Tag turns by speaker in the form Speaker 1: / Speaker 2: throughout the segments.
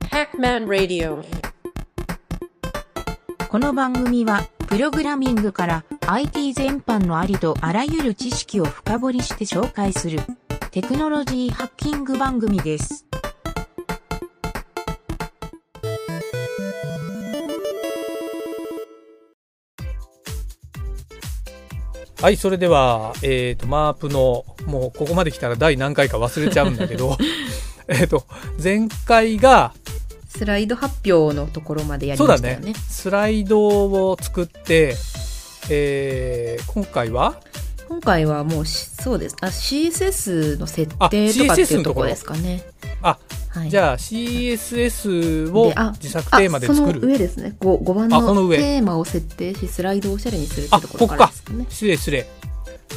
Speaker 1: Pac-Man Radio.
Speaker 2: この番組は、プログラミングから IT 全般のありとあらゆる知識を深掘りして紹介する、テクノロジーハッキング番組です。
Speaker 3: はい、それでは、えっ、と、マープの、もうここまで来たら第何回か忘れちゃうんだけ ど、えっと、前回が、
Speaker 4: スライド発表のところまでやり
Speaker 3: そう
Speaker 4: ま
Speaker 3: だ
Speaker 4: したよね
Speaker 3: ね、スライドを作って、えー今回は
Speaker 4: 今回はもうしそうですあ CSS の設定とかって
Speaker 3: あ CSS
Speaker 4: い
Speaker 3: のと
Speaker 4: う
Speaker 3: こ
Speaker 4: とこ
Speaker 3: ろ
Speaker 4: ろですかね
Speaker 3: あ、
Speaker 4: はい、
Speaker 3: じゃあ CSS を
Speaker 4: であ
Speaker 3: 自作テーマで作
Speaker 4: あその
Speaker 3: る。
Speaker 4: 上ですね 5, 番
Speaker 3: あこの
Speaker 4: の
Speaker 3: 上
Speaker 4: テーマを設定しスライドをおしゃれにするって
Speaker 3: あ
Speaker 4: ところからですかね
Speaker 3: 失礼失礼。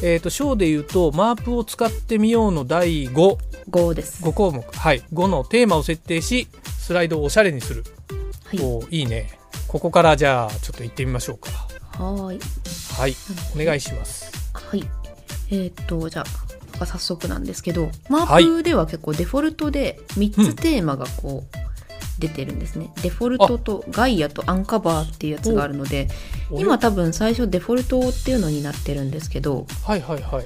Speaker 3: えっ、と、章で言うと、マープを使ってみようの第5、
Speaker 4: 5です
Speaker 3: 5項目。はい。5のテーマを設定し、スライドをおしゃれにする。
Speaker 4: はい
Speaker 3: おーいいね。ここからじゃあ、ちょっと行ってみましょうか。
Speaker 4: はーい
Speaker 3: はい。お願い
Speaker 4: し
Speaker 3: します。
Speaker 4: はいえーっとじゃあ早速なんですけどマープでは結構デフォルトで3
Speaker 3: うん
Speaker 4: つテーマがこう出てるんですね、デフォルトとガイアとアンカバーっていうやつがあるので今多分最初デフォルトっていうのになってるんですけど
Speaker 3: はいはいはい。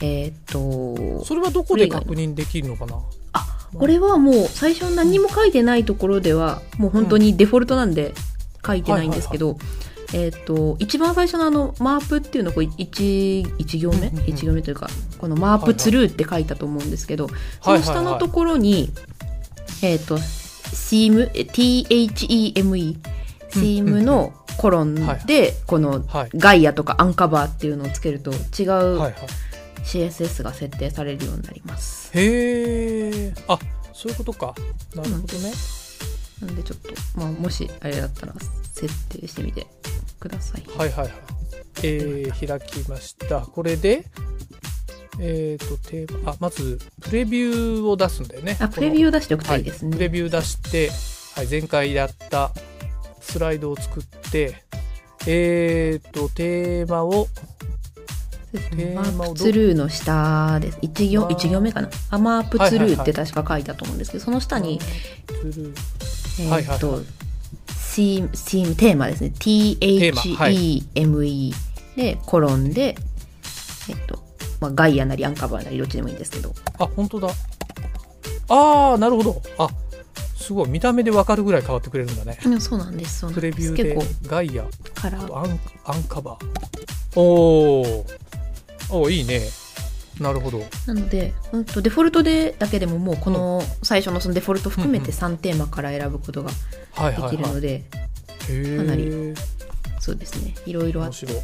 Speaker 4: えーっと
Speaker 3: それはどこで確認できるのかな
Speaker 4: これはもう最初何も書いてないところではもう本当にデフォルトなんで書いてないんですけど、えーっと一番最初のあのマープっていうのこう 1, 一行目、
Speaker 3: うんうんうん
Speaker 4: 一行目というかこのマープツルーって書いたと思うんですけど、
Speaker 3: はいはい
Speaker 4: その下のところに、えーっと SEAM THEME
Speaker 3: うん
Speaker 4: SEAM のコロン
Speaker 3: はい
Speaker 4: でこの
Speaker 3: はい。
Speaker 4: ガイアとかアンカバーっていうのをつけると違
Speaker 3: はいうはい。
Speaker 4: CSS が設定されるようになります。
Speaker 3: へえ。あ、そういうことか。なるほどね。
Speaker 4: なんでちょっと、まあ、もしあれだったら設定してみてください。
Speaker 3: はいはいはい。えー、開きました。これで、えっ、と、テーマ、あ、まず、プレビューを出すんだよね。
Speaker 4: あ、プレビューを出しておくと
Speaker 3: はい
Speaker 4: い
Speaker 3: い、
Speaker 4: ですね。
Speaker 3: プレビュー出して、はい、前回やったスライドを作って、えっ、と、テーマを、
Speaker 4: そうです
Speaker 3: テー
Speaker 4: ね
Speaker 3: マ
Speaker 4: マ
Speaker 3: をどう
Speaker 4: ープツルーの下です。一行、
Speaker 3: マー
Speaker 4: 一行目かな。アマープツ
Speaker 3: はいは
Speaker 4: ル
Speaker 3: い
Speaker 4: ー
Speaker 3: は
Speaker 4: っ
Speaker 3: い
Speaker 4: て確か書いたと思うんですけど、その下に、
Speaker 3: する
Speaker 4: え
Speaker 3: はいは
Speaker 4: ーっ
Speaker 3: いは
Speaker 4: と、シーム、シーム、テーマですね。
Speaker 3: ーマはい
Speaker 4: THEME で、コロンで、えっと、まあ、ガイアなりアンカバーなりどっちでもいいんですけど、
Speaker 3: あ、本当だ。ああ、なるほど。あ、すごい。見た目でわかるぐらい変わってくれるんだね。
Speaker 4: うんそうなんです、そうな
Speaker 3: プ
Speaker 4: ん
Speaker 3: レ
Speaker 4: で
Speaker 3: ビュ
Speaker 4: す。
Speaker 3: ー
Speaker 4: 結
Speaker 3: で
Speaker 4: 構
Speaker 3: ガイア、
Speaker 4: カラ
Speaker 3: あ
Speaker 4: ー
Speaker 3: とアンアンカバー。おお。おーいいね。なるほど。
Speaker 4: なので、うん、とデフォルトでだけでももうこの最初のそのデフォルト含めて3テーマから選ぶことが
Speaker 3: はい
Speaker 4: で
Speaker 3: は
Speaker 4: き
Speaker 3: い
Speaker 4: る
Speaker 3: は
Speaker 4: の
Speaker 3: い。
Speaker 4: で、
Speaker 3: へえ。
Speaker 4: かなりそうですねいろいろあ
Speaker 3: 面
Speaker 4: って
Speaker 3: 白い。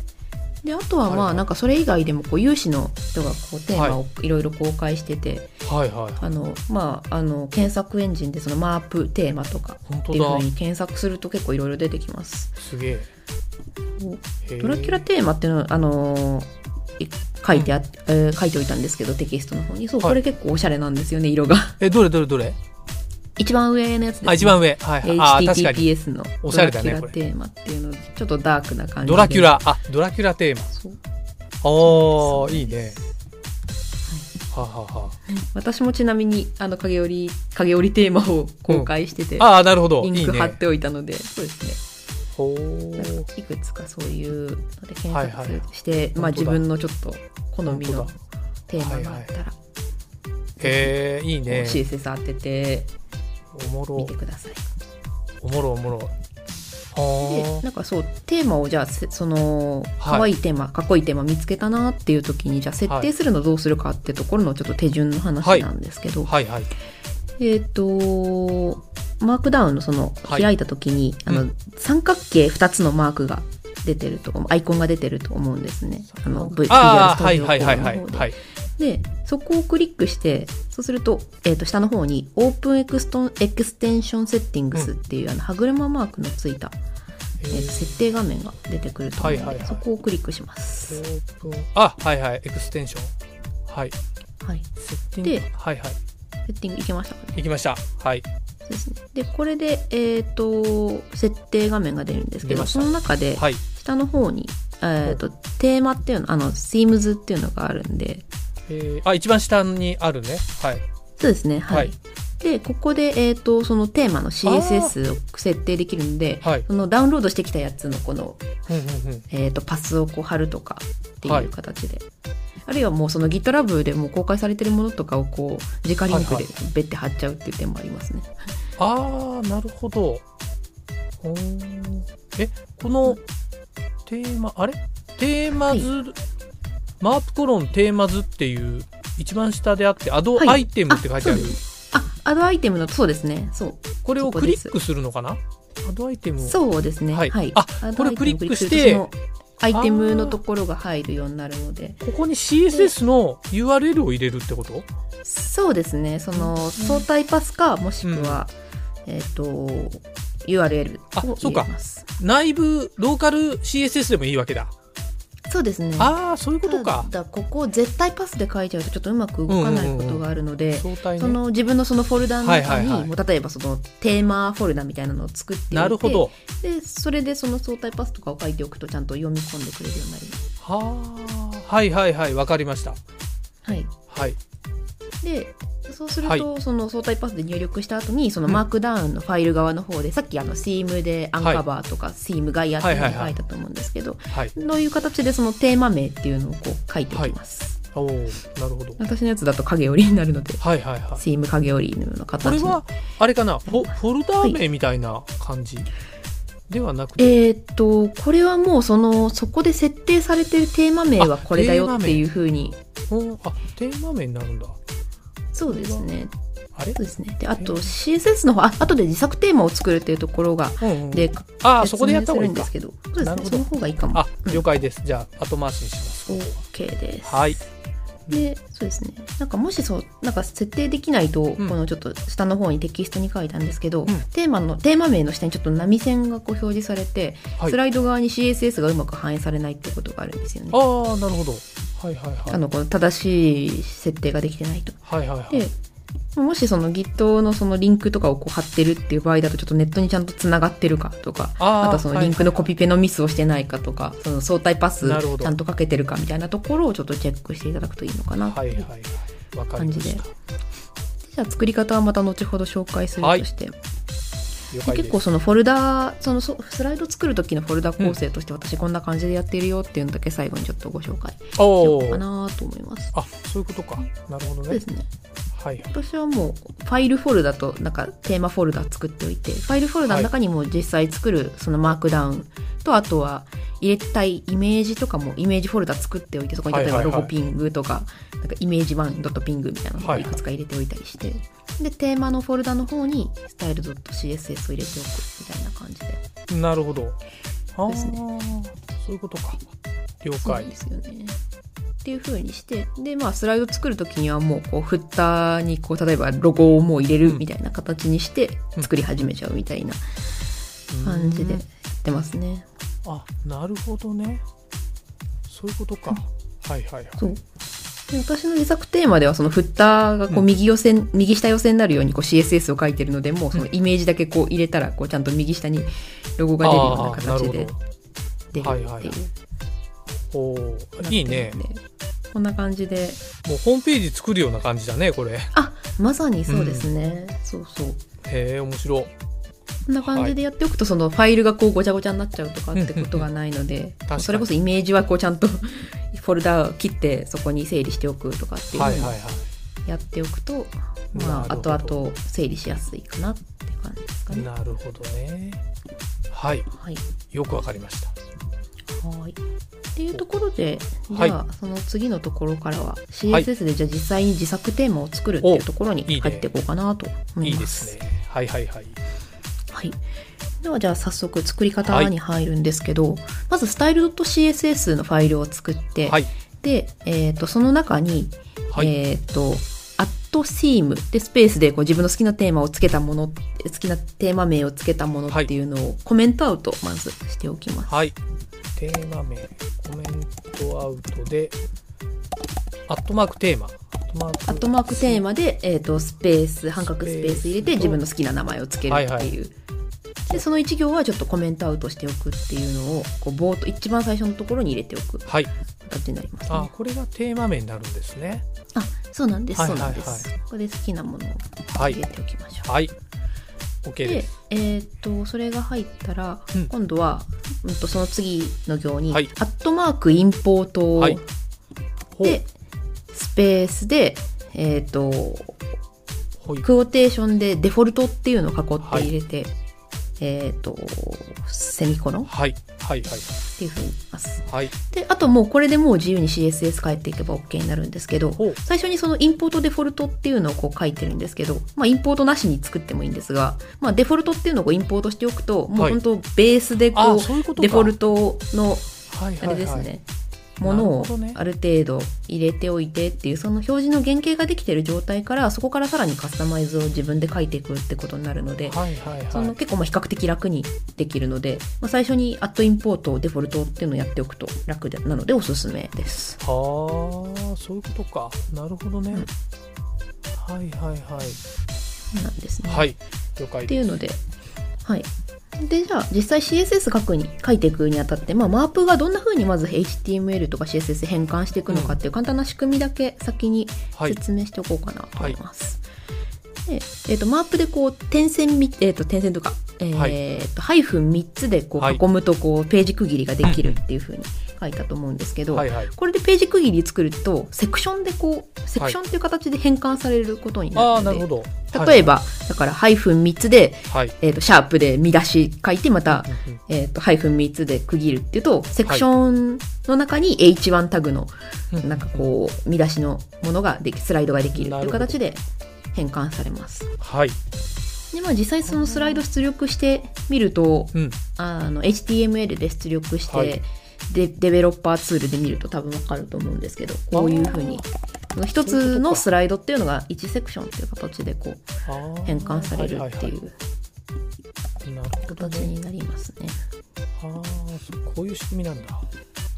Speaker 4: であとは
Speaker 3: はい
Speaker 4: ま
Speaker 3: は
Speaker 4: あ
Speaker 3: い
Speaker 4: なんかそれ以外でもこう有志の人がこうテーマをいろいろ公開してて、
Speaker 3: はいはい。
Speaker 4: あのまああの検索エンジンでそのマープテーマとか
Speaker 3: 本
Speaker 4: っていうふ
Speaker 3: 当
Speaker 4: う
Speaker 3: だ。
Speaker 4: に検索すると結構いろいろ出てきます。
Speaker 3: すげえ。へー
Speaker 4: ドラキュラテーマっていうのはあのーい書いてあ、えー書いておいたんですけどテキストの方にそう
Speaker 3: はい
Speaker 4: これ結構おしゃれなんですよね、色が
Speaker 3: え、どれどれどれ
Speaker 4: 一番上のやつです、ね、
Speaker 3: あ、一番上。はいはい。あー、確かに。
Speaker 4: HTTPS の
Speaker 3: おし
Speaker 4: ド
Speaker 3: ゃれ
Speaker 4: ラキ
Speaker 3: だ
Speaker 4: ュ
Speaker 3: ね
Speaker 4: ラ
Speaker 3: これ
Speaker 4: テーマっていうのちょっとダークな感じで
Speaker 3: ドラキュラ。あ、ドラキュラテーマ。
Speaker 4: そう
Speaker 3: あ
Speaker 4: そう
Speaker 3: あ、いいね。はあはあは
Speaker 4: 私もちなみにあの影織影織テーマを公開してて、
Speaker 3: あ。ああー、なるほど。いい
Speaker 4: リンク貼っ
Speaker 3: ね。
Speaker 4: ておいたのでそうです
Speaker 3: ほ
Speaker 4: ねなん
Speaker 3: ー
Speaker 4: かいくつかそういうので検
Speaker 3: はいはい
Speaker 4: 索して、まあ、
Speaker 3: 本当
Speaker 4: 自
Speaker 3: だ
Speaker 4: 分のちょっと好み
Speaker 3: 本
Speaker 4: の
Speaker 3: 当だ
Speaker 4: テーマがあったら、
Speaker 3: へえ、いいね。
Speaker 4: CSS 当てて
Speaker 3: おも
Speaker 4: み
Speaker 3: ろ
Speaker 4: て、ください。
Speaker 3: おもろおもろ。
Speaker 4: で
Speaker 3: は
Speaker 4: なんかそうテーマをじゃあせその
Speaker 3: はい
Speaker 4: 可愛いテーマ、かっこいいテーマ見つけたなっていう時にじゃあ設定するのどうするかってところのちょっと手順の話なんですけど、
Speaker 3: あ。はいはい。
Speaker 4: えっ、とマークダウンのその
Speaker 3: はい
Speaker 4: 開いた時に、あの、
Speaker 3: う
Speaker 4: 三角形2つのマークが出てるとアイコンが出てると思うんですねあの V
Speaker 3: ああ、
Speaker 4: ビ
Speaker 3: はい
Speaker 4: ジュ
Speaker 3: は
Speaker 4: アル
Speaker 3: い
Speaker 4: ス
Speaker 3: は
Speaker 4: タ
Speaker 3: いはい。
Speaker 4: ジオの方で
Speaker 3: はい。
Speaker 4: でそこをクリックしてそうすると,、えー、と下の方にオープンエクストンエクステンションセッティングスっていう、あの歯車マークのついた、
Speaker 3: え
Speaker 4: えーと
Speaker 3: ー
Speaker 4: 設定画面が出てくると思うので、
Speaker 3: はいはいはい
Speaker 4: そこをクリックします、
Speaker 3: オープンあ、はいはい。エクステンション。はい。
Speaker 4: はい、
Speaker 3: セッティング
Speaker 4: で。
Speaker 3: はいはい。
Speaker 4: セッティングいけましたかね
Speaker 3: 行きました。はい。
Speaker 4: そうですねでこれで、えー、と設定画面が出るんです
Speaker 3: 出
Speaker 4: けど
Speaker 3: ました
Speaker 4: その中で
Speaker 3: はい。
Speaker 4: 下の方に、えー、とテーマっていうのあの Themes っていうのがあるんで
Speaker 3: えーあ、一番下にあるね。はい。
Speaker 4: そうですねはい、
Speaker 3: はい
Speaker 4: でここで、えー、とそのテーマの CSS を設定できるので
Speaker 3: はい。
Speaker 4: そのダウンロードしてきたやつのこの、
Speaker 3: うんうんうん。
Speaker 4: えー、とパスをこう貼るとかって
Speaker 3: はいいう
Speaker 4: 形で、あるいはもうその GitLab でもう公開されてるものとかをこう直リンク
Speaker 3: はいは
Speaker 4: で
Speaker 3: い
Speaker 4: ベッて貼っちゃうっていう点もありますね。
Speaker 3: ああ、なるほど。ほーえ、このテーマ、あれテーマ図、マープコロンテーマ図っていう、一番下であって、アド
Speaker 4: はい
Speaker 3: アイテムって書いてある。
Speaker 4: そうあアドアイテムのそうですねそう
Speaker 3: これを
Speaker 4: そこ
Speaker 3: ク
Speaker 4: で
Speaker 3: リ
Speaker 4: す
Speaker 3: ックするのかなアドアイテムを。
Speaker 4: そうですね
Speaker 3: は
Speaker 4: はいい、
Speaker 3: あ
Speaker 4: アド
Speaker 3: これ
Speaker 4: アイテムを
Speaker 3: クリックして
Speaker 4: クリックするとそのアイテムのところが入るようになるので
Speaker 3: ここに CSS の URL を入れるってこと
Speaker 4: そうですねその相対パスかもしくは、えっ、と URL
Speaker 3: あ
Speaker 4: を
Speaker 3: そう
Speaker 4: 入
Speaker 3: か
Speaker 4: れます
Speaker 3: 内部、ローカル CSS でもいいわけだ。
Speaker 4: そうですね
Speaker 3: ああ、そういうことか。
Speaker 4: ただここを絶対パスで書いちゃうとちょっとうまく動かないことがあるので、
Speaker 3: 相対
Speaker 4: そ
Speaker 3: ね。
Speaker 4: の自分のそのフォルダの中に、
Speaker 3: はいはいはい
Speaker 4: もう例えばそのテーマフォルダみたいなのを作っておいて
Speaker 3: なるほど。
Speaker 4: でそれでその相対パスとかを書いておくとちゃんと読み込んでくれるようになります。
Speaker 3: はあ、はいはいはい、わかりました。
Speaker 4: はい、
Speaker 3: はい。
Speaker 4: でそうする
Speaker 3: はい
Speaker 4: と、その相対パスで入力した後にそのマークダウンのファイル側の方で、さっきあの SEAM でアンカバーとか SEAM ガイアっていうの
Speaker 3: はいはいは
Speaker 4: が
Speaker 3: い
Speaker 4: 書いたと思うんですけど、
Speaker 3: はい。
Speaker 4: どういう形でそのテーマ名っていうのをこう書いていきます、
Speaker 3: おおなるほど。
Speaker 4: 私のやつだと影織になるので
Speaker 3: はいはいはい。
Speaker 4: SEAM 影織のような
Speaker 3: これ
Speaker 4: 形の
Speaker 3: は、あれかな、フォフォルダー名みたいな感じではなくて、
Speaker 4: えーっとこれはもうそのそこで設定されてるテーマ名はこれだよっていうふうに
Speaker 3: ほんあ、テーマ名になるんだ。
Speaker 4: そうですね
Speaker 3: あれ
Speaker 4: そうですねであと
Speaker 3: え
Speaker 4: CSS の方あ後で自作テーマを作るっていうところが
Speaker 3: うんうん
Speaker 4: で
Speaker 3: ああ、
Speaker 4: 説
Speaker 3: そこでや
Speaker 4: 明
Speaker 3: った
Speaker 4: す
Speaker 3: 方が
Speaker 4: る
Speaker 3: いい
Speaker 4: んで
Speaker 3: か
Speaker 4: す。けどそうで
Speaker 3: なるほ
Speaker 4: すね
Speaker 3: ど
Speaker 4: その方がいいかも
Speaker 3: あ、
Speaker 4: うん
Speaker 3: 了解です。じゃあ、後回しにします。
Speaker 4: OK です
Speaker 3: はい。
Speaker 4: でそうですねなんかもしそうなんか設定できないと、
Speaker 3: ん
Speaker 4: このちょっと下の方にテキストに書いたんですけど、
Speaker 3: ん
Speaker 4: テーマのテーマ名の下にちょっと波線がこう表示されて、
Speaker 3: はい
Speaker 4: スライド側に CSS がうまく反映されないってことがあるんですよね。
Speaker 3: ああ、なるほど。はいはい
Speaker 4: あ
Speaker 3: はい。
Speaker 4: のこの正しい設定ができてないと。
Speaker 3: はいはいはい
Speaker 4: で。もしその Git のそのリンクとかをこう貼ってるっていう場合だとちょっとネットにちゃんとつながってるかとか
Speaker 3: あー
Speaker 4: あとはそのリンクのコピペのミスをしてないかとか、その相対パス
Speaker 3: なるほど
Speaker 4: ちゃんとかけてるかみたいなところをちょっとチェックしていただくといいのかなって
Speaker 3: はいはいはい。わかりました。
Speaker 4: 感じゃあ作り方はまた後ほど紹介するとして、
Speaker 3: 了解です
Speaker 4: 結構そのフォルダそのそスライド作る時のフォルダ構成として私こんな感じでやってるよっていうのだけ最後にちょっとご紹介しよ
Speaker 3: お
Speaker 4: うか
Speaker 3: ー
Speaker 4: なと思います。
Speaker 3: あ、そういうことか。なるほど
Speaker 4: そうで
Speaker 3: ね
Speaker 4: す。ね
Speaker 3: はいはい。
Speaker 4: 私はもうファイルフォルダとなんかテーマフォルダ作っておいてファイルフォルダの中にも実際作るそのマークダウンとあとは入れたいイメージとかもイメージフォルダ作っておいてそこに例え
Speaker 3: は
Speaker 4: ば
Speaker 3: いは
Speaker 4: ロ
Speaker 3: いはい
Speaker 4: ゴピングとか,、なんかイメージ版ドットピングみたいなのをいくつか入れておいたりして、でテーマのフォルダの方にスタイル .css を入れておくみたいな感じで
Speaker 3: なるほど。あ
Speaker 4: うですね
Speaker 3: ーそういうことか。了
Speaker 4: そうなん
Speaker 3: 解
Speaker 4: で。すよね。っていう風にしてでまあスライド作る時にはもうこうフッターにこう例えばロゴをもう入れるみたいな形にして
Speaker 3: うん
Speaker 4: 作り始めちゃうみたいな感じで
Speaker 3: う
Speaker 4: や
Speaker 3: ん
Speaker 4: ってますね。
Speaker 3: あ、なるほどね。そういうことか。はいはいはい。
Speaker 4: そうで私の自作テーマではそのフッターがこ
Speaker 3: う
Speaker 4: うん右寄せ、右下寄せになるようにこう CSS を書いてるのでもうそのイメージだけこう入れたらこうちゃんと右下にロゴが出るような
Speaker 3: あーなる
Speaker 4: 形
Speaker 3: ほ
Speaker 4: で出る
Speaker 3: はいは
Speaker 4: っ
Speaker 3: い
Speaker 4: ていう
Speaker 3: ど。おーいいね。
Speaker 4: こんな感じで
Speaker 3: もうホームページ作るような感じだね、これ。へ
Speaker 4: あまさにそうですね、そうそう
Speaker 3: え、面白い。
Speaker 4: こんな感じでやっておくと、そのファイルがこうごちゃごちゃになっちゃうとかってことがないので
Speaker 3: 確かに
Speaker 4: それこそイメージはこうちゃんと フォルダを切ってそこに整理しておくとかっていう
Speaker 3: はい
Speaker 4: の
Speaker 3: は
Speaker 4: を
Speaker 3: いはい。
Speaker 4: やっておくと、
Speaker 3: なる
Speaker 4: ま
Speaker 3: ほ
Speaker 4: あ
Speaker 3: ど
Speaker 4: 後々整理しやすいかなっていう感じですかね。
Speaker 3: なるほどね。はい、
Speaker 4: はい、
Speaker 3: よくわかりました。
Speaker 4: はいっていうところでじ
Speaker 3: はい
Speaker 4: ゃあその次のところからは CSS でじゃあ実際に自作テーマを作るっていうところに
Speaker 3: おいいね
Speaker 4: 入っていこうかなと思
Speaker 3: い
Speaker 4: い
Speaker 3: いで
Speaker 4: ますす。
Speaker 3: ね。はいはいはい。
Speaker 4: はい、ではじゃあ早速作り方に入るんですけど、まず style.css のファイルを作って、
Speaker 3: はい。
Speaker 4: で、えー、とその中に、
Speaker 3: はい
Speaker 4: えっ、と「@seam」でスペースでこう自分の好きなテーマをつけたもの好きなテーマ名をつけたものっていうのをコメントアウトまずしておきます。
Speaker 3: はい。テーマ名、コメントアウトで、アットマークテーマ。アットマーク
Speaker 4: アットマークテーマで、えー、とスペース半角スペース入れ
Speaker 3: スペース
Speaker 4: て
Speaker 3: と
Speaker 4: 自分の好きな名前をつけるっていう、
Speaker 3: はいはい
Speaker 4: でその1行はちょっとコメントアウトしておくっていうのをこう冒頭一番最初のところに入れておく
Speaker 3: はい。
Speaker 4: 形になります
Speaker 3: あ
Speaker 4: ね。
Speaker 3: これがテーマ名になるんですね
Speaker 4: あ、そうなんです、
Speaker 3: はいはいはい
Speaker 4: そうなんです。ここで好きなものを
Speaker 3: は
Speaker 4: 入
Speaker 3: い
Speaker 4: れておきましょう。
Speaker 3: はい OK で、
Speaker 4: ですえーっとそれが入ったら、
Speaker 3: うん
Speaker 4: 今度は、うん、とその次の行に、
Speaker 3: はい
Speaker 4: アットマークインポート、
Speaker 3: はいほう
Speaker 4: でスペースで、えーっと
Speaker 3: ほい
Speaker 4: クォーテーションでデフォルトっていうのを囲って入れて、えーっとセミコロンっ
Speaker 3: はいはいはい
Speaker 4: ていうふうに言います。
Speaker 3: はい
Speaker 4: であともうこれでもう自由に CSS 変えていけば OK になるんですけど
Speaker 3: ほう
Speaker 4: 最初にそのインポートデフォルトっていうのをこう書いてるんですけど、まあ、インポートなしに作ってもいいんですが、まあ、デフォルトっていうのをこうインポートしておくとも
Speaker 3: は
Speaker 4: う
Speaker 3: い
Speaker 4: 本当ベースで
Speaker 3: あ
Speaker 4: こ
Speaker 3: あ
Speaker 4: う、
Speaker 3: そういうことか
Speaker 4: デフォルトの
Speaker 3: はいはい
Speaker 4: あ
Speaker 3: は
Speaker 4: れ
Speaker 3: い
Speaker 4: ですね、
Speaker 3: な
Speaker 4: も
Speaker 3: る
Speaker 4: の
Speaker 3: ほ
Speaker 4: を
Speaker 3: どね
Speaker 4: ある程度入れておいてっていうその表示の原型ができてる状態からそこからさらにカスタマイズを自分で書いていくってことになるので。
Speaker 3: はいはい
Speaker 4: そ
Speaker 3: は
Speaker 4: の
Speaker 3: い
Speaker 4: 結構まあ比較的楽にできるので、まあ、最初にアットインポートデフォルトっていうのをやっておくと楽でなのでおすすめです。
Speaker 3: はあそういうことかなるほどね、
Speaker 4: うん
Speaker 3: はいはいはい
Speaker 4: なんですね。
Speaker 3: はい了解
Speaker 4: って
Speaker 3: で
Speaker 4: いうので、はい。で、じゃあ、実際 CSS 書くに、書いていくにあたって、まあ、マープがどんな風にまず HTML とか CSS 変換していくのかっていう簡単な仕組みだけ先に
Speaker 3: はい
Speaker 4: 説明しておこうかなと思います。で、えっ、と、マープでこう、点線み、えっ、と、点線とか、えっ、
Speaker 3: はい
Speaker 4: と、ハイフン3つでこ、
Speaker 3: はいう
Speaker 4: 囲むと、こう、ページ区切りができるっていう風に書いたと思うんですけど、
Speaker 3: はいはい
Speaker 4: これでページ区切り作ると、セクションでこう、セクションっていう形で変換されることになるの
Speaker 3: あ
Speaker 4: で、
Speaker 3: あなるほど
Speaker 4: 例えば、だから、ハイフン3つで、
Speaker 3: はい、
Speaker 4: えっ、と、シャープで見出し書いて、また
Speaker 3: う、んうん
Speaker 4: えっ、と、ハイフン3つで区切るっていうと、セクションの中に H1 タグの、
Speaker 3: うん
Speaker 4: なんかこう、見出しのものができ、スライドができるって
Speaker 3: ないる
Speaker 4: う
Speaker 3: ほど
Speaker 4: 形で変換されます。
Speaker 3: はい
Speaker 4: で、まあ実際そのスライド出力してみると、
Speaker 3: うん
Speaker 4: あの、HTML で出力して、
Speaker 3: はい
Speaker 4: でデベロッパーツールで見ると多分わかると思うんですけどこういうふうに一
Speaker 3: そういうこ
Speaker 4: つ
Speaker 3: と
Speaker 4: の
Speaker 3: か
Speaker 4: スライドっていうのが1セクションっていう形でこう
Speaker 3: あー
Speaker 4: 変換されるって
Speaker 3: はいはい
Speaker 4: いう
Speaker 3: はいなるほど
Speaker 4: 形
Speaker 3: ね
Speaker 4: になりますね。
Speaker 3: あーそうこういう仕組みなんだ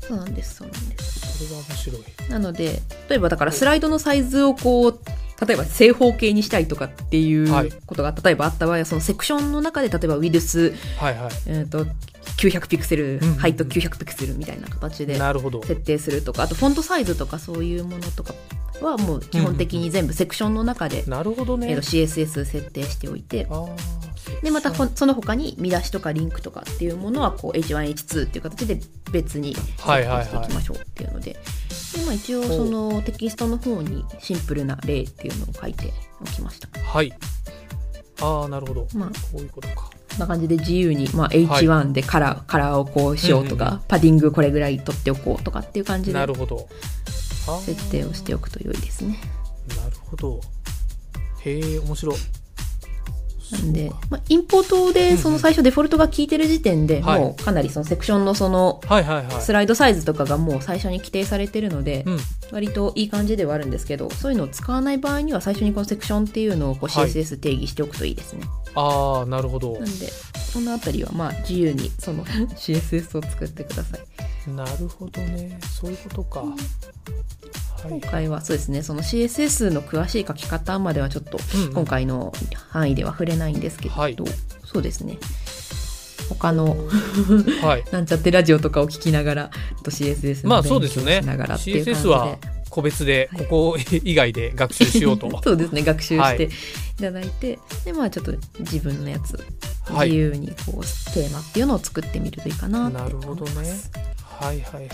Speaker 4: そうなんです、そうなんです。
Speaker 3: それは面白い
Speaker 4: なので、例えばだからスライドのサイズをこう、例えば正方形にしたいとかっていう
Speaker 3: はい
Speaker 4: ことが、例えばあった場合は、そのセクションの中で、例えばウィルス、
Speaker 3: はいはい
Speaker 4: えー、と900ピクセ
Speaker 3: う
Speaker 4: ル、
Speaker 3: ん
Speaker 4: ハイト900ピクセルみたいな形で
Speaker 3: なるほど
Speaker 4: 設定するとか、あとフォントサイズとかそういうものとかはもう基本的に全部セクションの中で、
Speaker 3: なるほどね、
Speaker 4: えー、と CSS 設定しておいて、
Speaker 3: あー
Speaker 4: でまた
Speaker 3: そ
Speaker 4: ほ
Speaker 3: うん
Speaker 4: その他に見出しとかリンクとかっていうものはこう H1H2 っていう形で別に設
Speaker 3: はいはいはい
Speaker 4: 定していきましょうっていうので,、でまあ、一応そのテキストの方にシンプルな例っていうのを書いておきました、
Speaker 3: はいああなるほど、
Speaker 4: まあ、
Speaker 3: こういうことか
Speaker 4: こんな感じで自由に、まあ、
Speaker 3: はい
Speaker 4: H1 でカラー,、カラーをこうしようとか、
Speaker 3: うんうん
Speaker 4: パディングこれぐらい取っておこうとかっていう感じ
Speaker 3: な
Speaker 4: で
Speaker 3: るほどあー
Speaker 4: 設定をしておくと良いですね
Speaker 3: なるほどへえ面白い
Speaker 4: なんで
Speaker 3: そうか、
Speaker 4: まあ、インポート
Speaker 3: うんう
Speaker 4: で
Speaker 3: ん
Speaker 4: その最初デフォルトが効いてる時点で、
Speaker 3: はい
Speaker 4: もうかなりそのセクションのその
Speaker 3: はいはいはい
Speaker 4: スライドサイズとかがもう最初に規定されてるので、
Speaker 3: うん
Speaker 4: 割といい感じではあるんですけどそういうのを使わない場合には最初にこのセクションっていうのをこう
Speaker 3: はい
Speaker 4: CSS 定義しておくといいですね、
Speaker 3: ああなるほど
Speaker 4: なんでこの辺りはまあ自由に その CSS を作ってください
Speaker 3: なるほどねそういうことか、は
Speaker 4: 今
Speaker 3: い
Speaker 4: 回はそうですねその CSS の詳しい書き方まではちょっと
Speaker 3: うんうん
Speaker 4: 今回の範囲では触れないんですけど、
Speaker 3: はい
Speaker 4: そうですね他の
Speaker 3: はい
Speaker 4: なんちゃってラジオとかを聞きながらちょっと CSS
Speaker 3: まあ
Speaker 4: の
Speaker 3: そう
Speaker 4: 勉
Speaker 3: です
Speaker 4: 強し
Speaker 3: ね
Speaker 4: ながらっていう感じ
Speaker 3: CSS
Speaker 4: で、
Speaker 3: は個別で
Speaker 4: はい
Speaker 3: ここ以外で学習しようと
Speaker 4: そうですね学習
Speaker 3: は
Speaker 4: し
Speaker 3: い
Speaker 4: ていただいて、でまあちょっと自分のやつ
Speaker 3: は
Speaker 4: 自
Speaker 3: い
Speaker 4: 由にこう、テーマっていうのを作ってみるといいかな
Speaker 3: な
Speaker 4: って
Speaker 3: るほ
Speaker 4: 思
Speaker 3: ど
Speaker 4: いま
Speaker 3: ね
Speaker 4: す。
Speaker 3: はいはいはい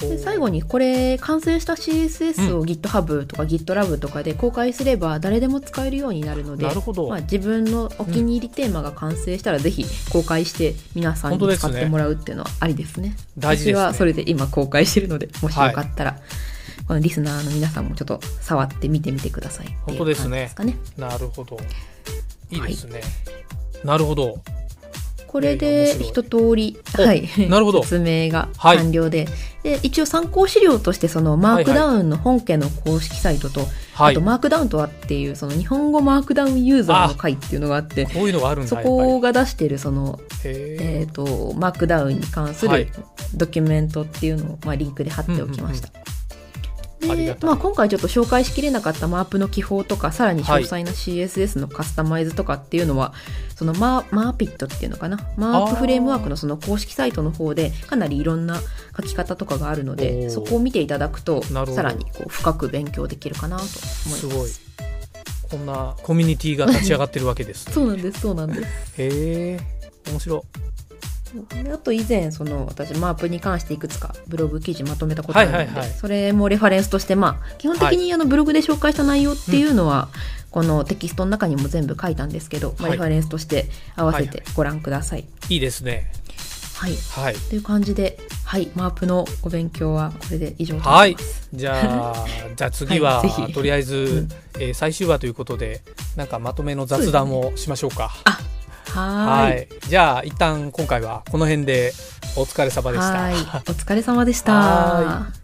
Speaker 3: ほう
Speaker 4: で最後にこれ完成した CSS を GitHub とか GitLab とかで公開すれば誰でも使えるようになるので
Speaker 3: なるほど
Speaker 4: まあ、自分のお気に入りテーマが完成したらぜひ公開して皆さん
Speaker 3: 本当で
Speaker 4: に
Speaker 3: す
Speaker 4: 使
Speaker 3: ね
Speaker 4: ってもらうっていうのはありですね。
Speaker 3: 大事ですね
Speaker 4: 私はそれで今公開してるのでもしよかったら、このリスナーの皆さんもちょっと触って見てみてくださいってい
Speaker 3: 本
Speaker 4: う
Speaker 3: 当
Speaker 4: 感
Speaker 3: です
Speaker 4: じ
Speaker 3: ね
Speaker 4: ですかね。
Speaker 3: なるほどいいですね、なるほど
Speaker 4: これ
Speaker 3: いやい
Speaker 4: で
Speaker 3: や面白
Speaker 4: 一通り、
Speaker 3: お
Speaker 4: はい、
Speaker 3: なるほど
Speaker 4: 説明が
Speaker 3: はい
Speaker 4: 完了で,、で一応参考資料としてそのマークダウンの本家の公式サイトと、
Speaker 3: はい
Speaker 4: あ
Speaker 3: こ
Speaker 4: とマークダウンとはっていうその日本語マークダウンユーザーの会っていうのがあって
Speaker 3: ういうのがあるんだ
Speaker 4: そ
Speaker 3: やっぱ
Speaker 4: こ
Speaker 3: り
Speaker 4: が出してるその、
Speaker 3: へ
Speaker 4: えー、とマークダウンに関す
Speaker 3: はい
Speaker 4: るドキュメントっていうのを、まあ、リンクで貼っておきました、
Speaker 3: ありが
Speaker 4: で、
Speaker 3: たい
Speaker 4: まあ、今回ちょっと紹介しきれなかったマープの記法とかさらに詳細な CSS のカスタマイズとかっていうのは、そのママーピットっていうのかなマープフレームワークのその公式サイトの方でかなりいろんな書き方とかがあるの
Speaker 3: おー
Speaker 4: でそこを見ていただくと
Speaker 3: なるほど
Speaker 4: さらにこう深く勉強できるかなと思います。
Speaker 3: すごいこんなコミュニティが立ち上がってるわけです、ね、
Speaker 4: そうなんですそうなんです
Speaker 3: へえ面白
Speaker 4: であと以前その私マープに関していくつかブログ記事まとめたことあるの
Speaker 3: は
Speaker 4: で、
Speaker 3: いはいはい
Speaker 4: それもレファレンスとしてまあ基本的にあのブログで紹介した内容っていうのは、このテキストの中にも全部書いたんですけど、ま
Speaker 3: は
Speaker 4: あ
Speaker 3: い
Speaker 4: レファレンスとして合わせ
Speaker 3: はい
Speaker 4: てご覧ください。
Speaker 3: いいですね
Speaker 4: はい、
Speaker 3: はい
Speaker 4: という感じで、はい、マープのお勉強はこれで以上と
Speaker 3: は
Speaker 4: ないります。
Speaker 3: じゃ あじゃあ次は、
Speaker 4: はいぜひ
Speaker 3: とりあえず、
Speaker 4: ん
Speaker 3: えー最終話ということでなんかまとめの雑談をしましょうか
Speaker 4: はーい。
Speaker 3: じゃあ一旦今回はこの辺でお疲れ様でした
Speaker 4: はーいお疲れ様でし
Speaker 3: は
Speaker 4: た。